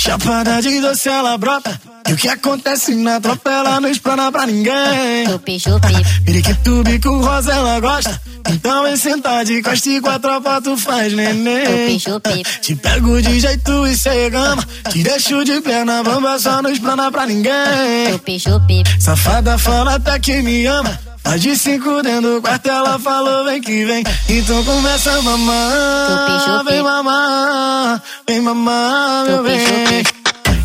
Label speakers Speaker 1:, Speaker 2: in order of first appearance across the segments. Speaker 1: Chapada de doce ela brota. E o que acontece na tropa ela não explana pra ninguém.
Speaker 2: Chupi, chupi.
Speaker 1: Periquito, bico rosa ela gosta. Então vem sentar de costa e com a tropa tu faz neném.
Speaker 2: Chupi, chupi.
Speaker 1: Te pego de jeito e cê gama. Te deixo de perna bamba, só não explana pra ninguém.
Speaker 2: Chupi, chupi.
Speaker 1: Safada fala até que me ama. Tá de cinco dentro do quarto, ela falou vem que vem. Então começa a
Speaker 2: Chupi,
Speaker 1: mamar.
Speaker 2: chupi.
Speaker 1: Vem mamar, vem mamar, meu
Speaker 2: Chupi,
Speaker 1: bem.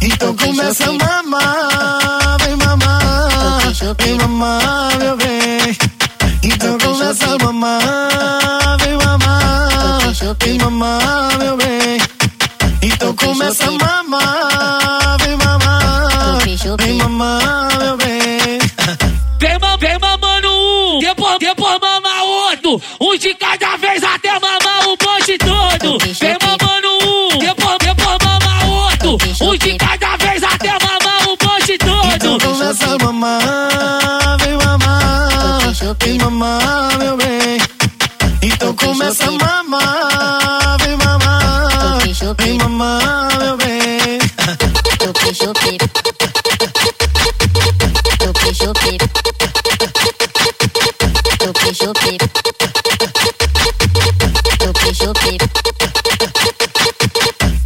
Speaker 1: Então
Speaker 2: Chupi,
Speaker 1: começa a
Speaker 2: chupi.
Speaker 1: mamar. Vem mamar,
Speaker 2: Chupi, chupi.
Speaker 1: vem mamar, meu bem. Então
Speaker 2: Chupi,
Speaker 1: começa a
Speaker 2: chupi.
Speaker 1: mamar. Vem mamar,
Speaker 2: Chupi, chupi.
Speaker 1: vem mamar, meu bem. Então
Speaker 2: Chupi,
Speaker 1: começa a
Speaker 2: chupi.
Speaker 1: mamar. Vem mamar,
Speaker 2: Chupi, chupi.
Speaker 1: vem mamar, meu bem.
Speaker 3: Vem, ma- vem mamando um, depois, depois mama outro. Um de cada vez até mamar o monte todo.
Speaker 2: Chupi,
Speaker 3: Vem
Speaker 2: chupi.
Speaker 3: mamando um, depois, depois mama outro.
Speaker 2: Chupi,
Speaker 3: Um de
Speaker 2: chupi.
Speaker 3: cada vez até mamar o monte
Speaker 1: Então
Speaker 3: todo.
Speaker 1: começa a mamar, vem mamar, vem mamar, meu bem. Então começa a mamar, vem mamar, vem mamar, meu bem.
Speaker 2: Chupi, chupi. Chupi, chupi. Chupi, chupi. Chupi, chupi.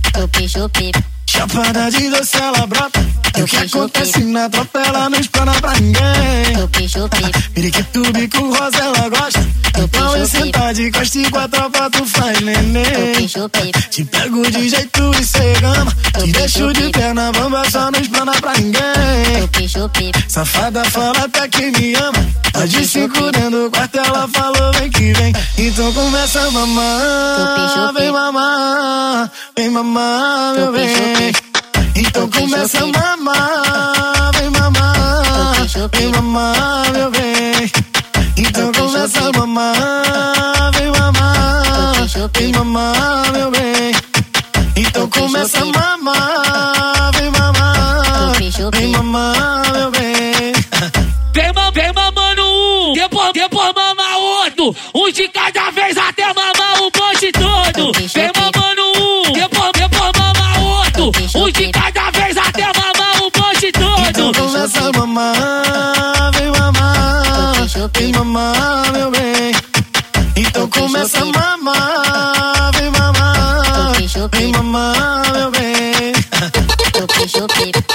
Speaker 2: Chupi, chupi.
Speaker 1: Chapada de doce ela brota, e o que acontece na tropa ela não espana pra ninguém.
Speaker 2: Chupi, chupi.
Speaker 1: Periquito, bico rosa ela gosta, então vem sentar de costa e com a tropa tu faz neném.
Speaker 2: Chupi, chupi.
Speaker 1: Te pego de jeito e cê gama, te deixo de perna bamba, só não espana pra ninguém.
Speaker 2: Chupi, chupi.
Speaker 1: Safada fala até que me ama. Tá de cinco dentro do quarto, ela falou vem que vem. Então começa a
Speaker 2: Chupi,
Speaker 1: mamar,
Speaker 2: chupi.
Speaker 1: vem mamar, vem mamar, meu
Speaker 2: Chupi,
Speaker 1: bem. Então
Speaker 2: Chupi,
Speaker 1: começa a
Speaker 2: chupi.
Speaker 1: mamar, vem mamar,
Speaker 2: Chupi, chupi.
Speaker 1: vem mamar, meu bem. Então
Speaker 2: Chupi,
Speaker 1: começa a
Speaker 2: chupi.
Speaker 1: mamar, vem mamar,
Speaker 2: Chupi, chupi.
Speaker 1: vem mamar, meu bem. Então
Speaker 2: Chupi,
Speaker 1: começa a
Speaker 2: chupi.
Speaker 1: mamar, vem mamar,
Speaker 2: Chupi, chupi.
Speaker 1: vem mamar, meu bem.
Speaker 3: Vem, ma- vem mamando um, depois, depois mama outro. Um de cada vez até mamar o monte todo.
Speaker 2: Chupi,
Speaker 3: Vem
Speaker 2: chupi.
Speaker 3: mamando um, depois, depois mama
Speaker 2: Chupi,
Speaker 3: outro.
Speaker 2: chupi.
Speaker 3: Um de cada vez até mamar o monte
Speaker 1: Então
Speaker 3: todo.
Speaker 1: começa a mamar, vem mamar,
Speaker 2: Chupi, chupi.
Speaker 1: vem mamar, meu bem. Então
Speaker 2: Chupi,
Speaker 1: começa a
Speaker 2: chupi.
Speaker 1: mamar, vem mamar,
Speaker 2: Chupi, chupi.
Speaker 1: vem mamar, meu bem.
Speaker 2: Chupi, chupi.